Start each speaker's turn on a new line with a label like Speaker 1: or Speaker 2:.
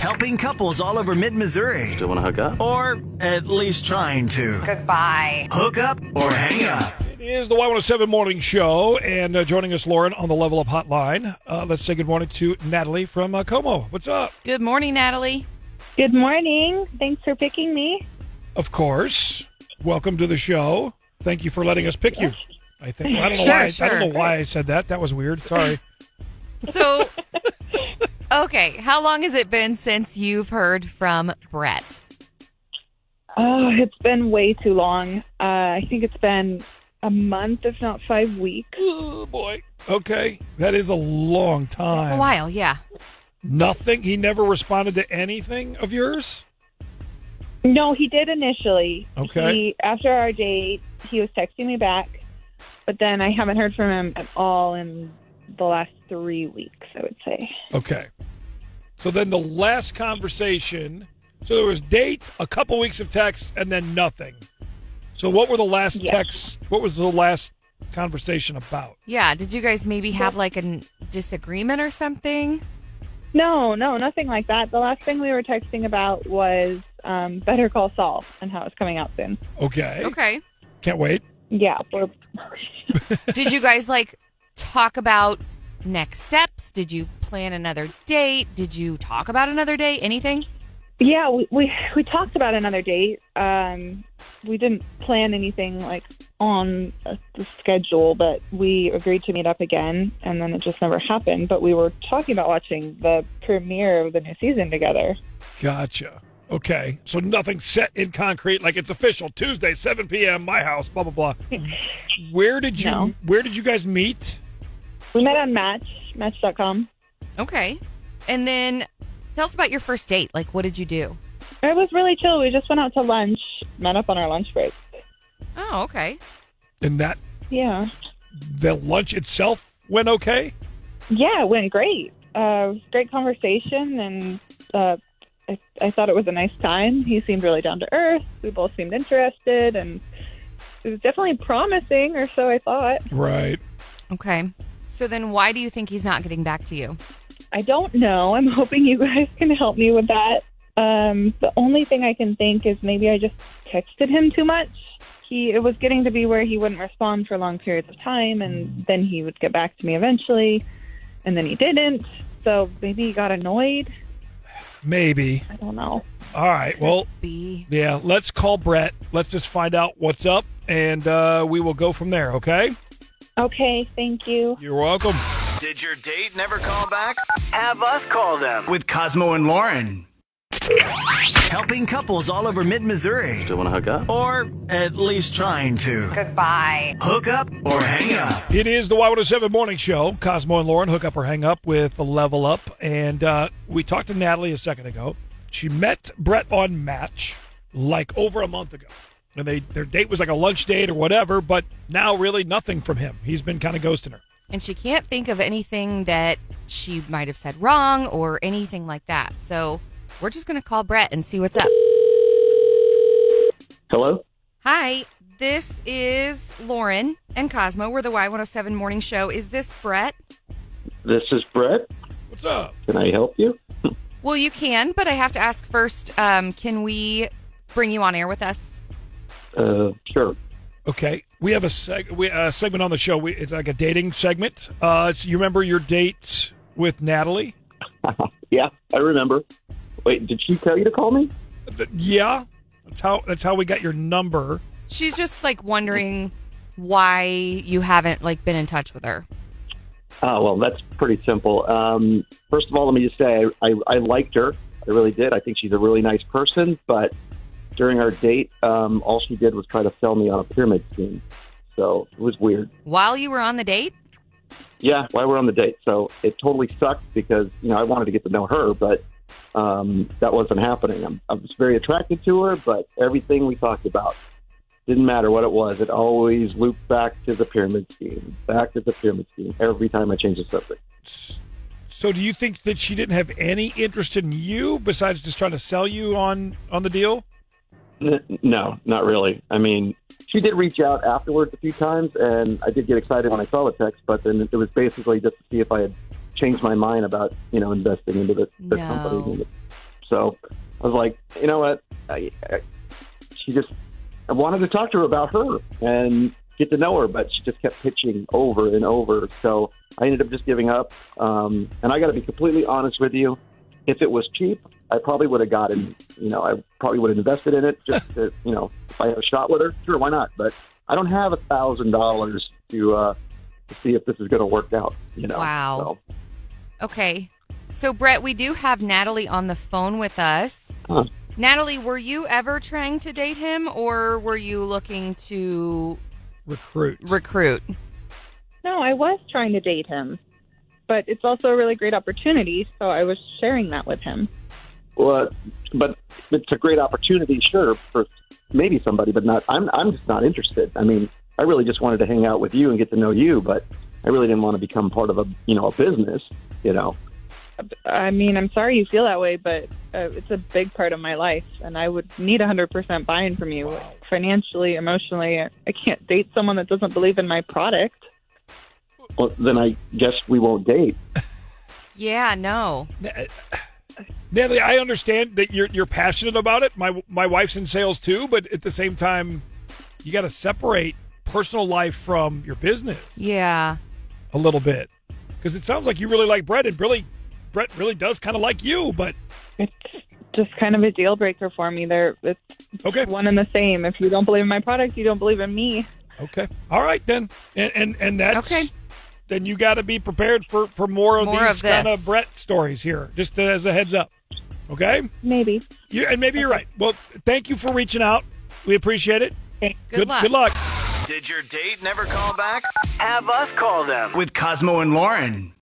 Speaker 1: Helping couples all over mid Missouri.
Speaker 2: Do you want to hook up?
Speaker 1: Or at least trying to.
Speaker 3: Goodbye.
Speaker 1: Hook up or hang up.
Speaker 4: It is the Y107 Morning Show, and uh, joining us, Lauren, on the Level Up Hotline. Uh, let's say good morning to Natalie from uh, Como. What's up?
Speaker 5: Good morning, Natalie.
Speaker 6: Good morning. Thanks for picking me.
Speaker 4: Of course. Welcome to the show. Thank you for letting us pick you. I think well, I don't know why
Speaker 5: Sure,
Speaker 4: I don't
Speaker 5: sure.
Speaker 4: know why I said that. That was weird. Sorry.
Speaker 5: So, okay, how long has it been since you've heard from Brett?
Speaker 6: Oh, it's been way too long. Uh, I think it's been a month, if not five weeks.
Speaker 4: oh boy. Okay, that is a long time.
Speaker 5: It's a while, yeah.
Speaker 4: Nothing. He never responded to anything of yours.
Speaker 6: No, he did initially.
Speaker 4: Okay.
Speaker 6: He, after our date, he was texting me back, but then I haven't heard from him at all in the last three weeks, I would say.
Speaker 4: Okay. So then the last conversation. So there was date, a couple weeks of text, and then nothing. So what were the last
Speaker 6: Yes.
Speaker 4: texts? What was the last conversation about?
Speaker 5: Yeah. Did you guys maybe have like a disagreement or something?
Speaker 6: No, no, nothing like that. The last thing we were texting about was um, Better Call Saul and how it's coming out soon.
Speaker 4: Okay.
Speaker 5: Okay.
Speaker 4: Can't wait.
Speaker 6: Yeah, we're
Speaker 5: Did you guys like talk about next steps? Did you plan another date? Did you talk about another date? Anything?
Speaker 6: Yeah, we, we we talked about another date. Um, we didn't plan anything like on uh, the schedule, but we agreed to meet up again, and then it just never happened. But we were talking about watching the premiere of the new season together.
Speaker 4: Gotcha. Okay. So nothing set in concrete, like it's official. Tuesday, seven PM, my house, blah blah blah. Where did you
Speaker 6: No.
Speaker 4: where did you guys meet?
Speaker 6: We met on Match Match.com.
Speaker 5: Okay. And then tell us about your first date. Like, what did you do?
Speaker 6: It was really chill. We just went out to lunch, met up on our lunch break.
Speaker 5: Oh, okay.
Speaker 4: And that
Speaker 6: Yeah,
Speaker 4: the lunch itself went okay?
Speaker 6: yeah, it went great. Uh, it was great conversation, and uh, I, I thought it was a nice time. He seemed really down to earth. We both seemed interested, and it was definitely promising, or so I thought.
Speaker 4: Right.
Speaker 5: Okay. So then why do you think he's not getting back to you?
Speaker 6: I don't know. I'm hoping you guys can help me with that. Um, the only thing I can think is maybe I just texted him too much. He it was getting to be where he wouldn't respond for long periods of time, and then he would get back to me eventually, and then he didn't. So maybe he got annoyed.
Speaker 4: Maybe.
Speaker 6: I don't know.
Speaker 4: All right. Well,
Speaker 5: B.
Speaker 4: yeah, let's call Brett. Let's just find out what's up and uh, we will go from there, okay?
Speaker 6: Okay, thank you.
Speaker 4: You're welcome.
Speaker 1: Did your date never call back? Have us call them with Cosmo and Lauren. Helping couples all over mid Missouri.
Speaker 2: Do you want to hook up?
Speaker 1: Or at least trying to.
Speaker 3: Goodbye.
Speaker 1: Hook up or hang up.
Speaker 4: It is the Y107 Morning Show. Cosmo and Lauren hook up or hang up with the Level Up. And uh, we talked to Natalie a second ago. She met Brett on Match like over a month ago. And they their date was like a lunch date or whatever, but now really nothing from him. He's been kind of ghosting her.
Speaker 5: And she can't think of anything that she might have said wrong or anything like that. So we're just going to call Brett and see what's up.
Speaker 2: Hello?
Speaker 5: Hi, this is Lauren and Cosmo. We're the Y107 Morning Show. Is this Brett?
Speaker 2: This is Brett.
Speaker 4: What's up?
Speaker 2: Can I help you?
Speaker 5: Well, you can, but I have to ask first um, can we bring you on air with us?
Speaker 2: Uh, sure.
Speaker 4: Okay, we have a seg- we, a segment on the show. We, it's like a dating segment. Uh, it's, you remember your date with Natalie?
Speaker 2: Yeah, I remember. Wait, did she tell you to call me?
Speaker 4: Th- yeah, that's how that's how we got your number.
Speaker 5: She's just like wondering why you haven't like been in touch with her.
Speaker 2: Oh, well, that's pretty simple. Um, first of all, let me just say I, I, I liked her. I really did. I think she's a really nice person, but during our date, um, all she did was try to sell me on a pyramid scheme. So it was weird.
Speaker 5: While you were on the date?
Speaker 2: yeah, why we're on the date. So it totally sucked because you know I wanted to get to know her, but um, that wasn't happening. I'm, I was very attracted to her, but everything we talked about didn't matter what it was. It always looped back to the pyramid scheme, back to the pyramid scheme every time I changed the subject.
Speaker 4: So, do you think that she didn't have any interest in you besides just trying to sell you on on the deal?
Speaker 2: N- No, not really. I mean, she did reach out afterwards a few times, and I did get excited when I saw the text, but then it was basically just to see if I had changed my mind about you know investing into this, this
Speaker 5: No.
Speaker 2: company. So I was like, you know what? I, I, she just I wanted to talk to her about her and get to know her, but she just kept pitching over and over. So I ended up just giving up. Um, and I got to be completely honest with you. If it was cheap, I probably would have gotten, you know, I probably would have invested in it just to, you know, if I had a shot with her, sure, why not? But I don't have a thousand dollars to uh, to see if this is going to work out. You know,
Speaker 5: Wow.
Speaker 2: So,
Speaker 5: Okay. So, Brett, we do have Natalie on the phone with us.
Speaker 2: Huh.
Speaker 5: Natalie, were you ever trying to date him or were you looking to
Speaker 4: Recruit.
Speaker 5: recruit?
Speaker 6: No, I was trying to date him, but it's also a really great opportunity, so I was sharing that with him.
Speaker 2: Well, but it's a great opportunity, sure, for maybe somebody, but not. I'm I'm just not interested. I mean, I really just wanted to hang out with you and get to know you, but I really didn't want to become part of a you know a business. You know,
Speaker 6: I mean, I'm sorry you feel that way, but uh, it's a big part of my life, and I would need 100% buy in from you financially, emotionally. I can't date someone that doesn't believe in my product.
Speaker 2: well, then I guess we won't date.
Speaker 5: Yeah, no.
Speaker 4: Natalie, I understand that you're you're passionate about it. My my wife's in sales too, but at the same time, you got to separate personal life from your business
Speaker 5: Yeah.
Speaker 4: a little bit because it sounds like you really like Brett, and really, Brett really does kind of like you. But
Speaker 6: It's just kind of a deal breaker for me. They're it's
Speaker 4: okay,
Speaker 6: one and the same. If you don't believe in my product, you don't believe in me.
Speaker 4: okay, all right then, and and, and that's
Speaker 5: Okay.
Speaker 4: Then you got to be prepared for for more of
Speaker 5: More
Speaker 4: these
Speaker 5: of
Speaker 4: kind of
Speaker 5: this.
Speaker 4: Brett stories here. Just as a heads up, okay?
Speaker 6: Maybe.
Speaker 4: You, and maybe you're right. Well, thank you for reaching out. We appreciate it.
Speaker 5: Good luck.
Speaker 4: Good luck.
Speaker 1: Did your date never call back? Have us call them. With Cosmo and Lauren.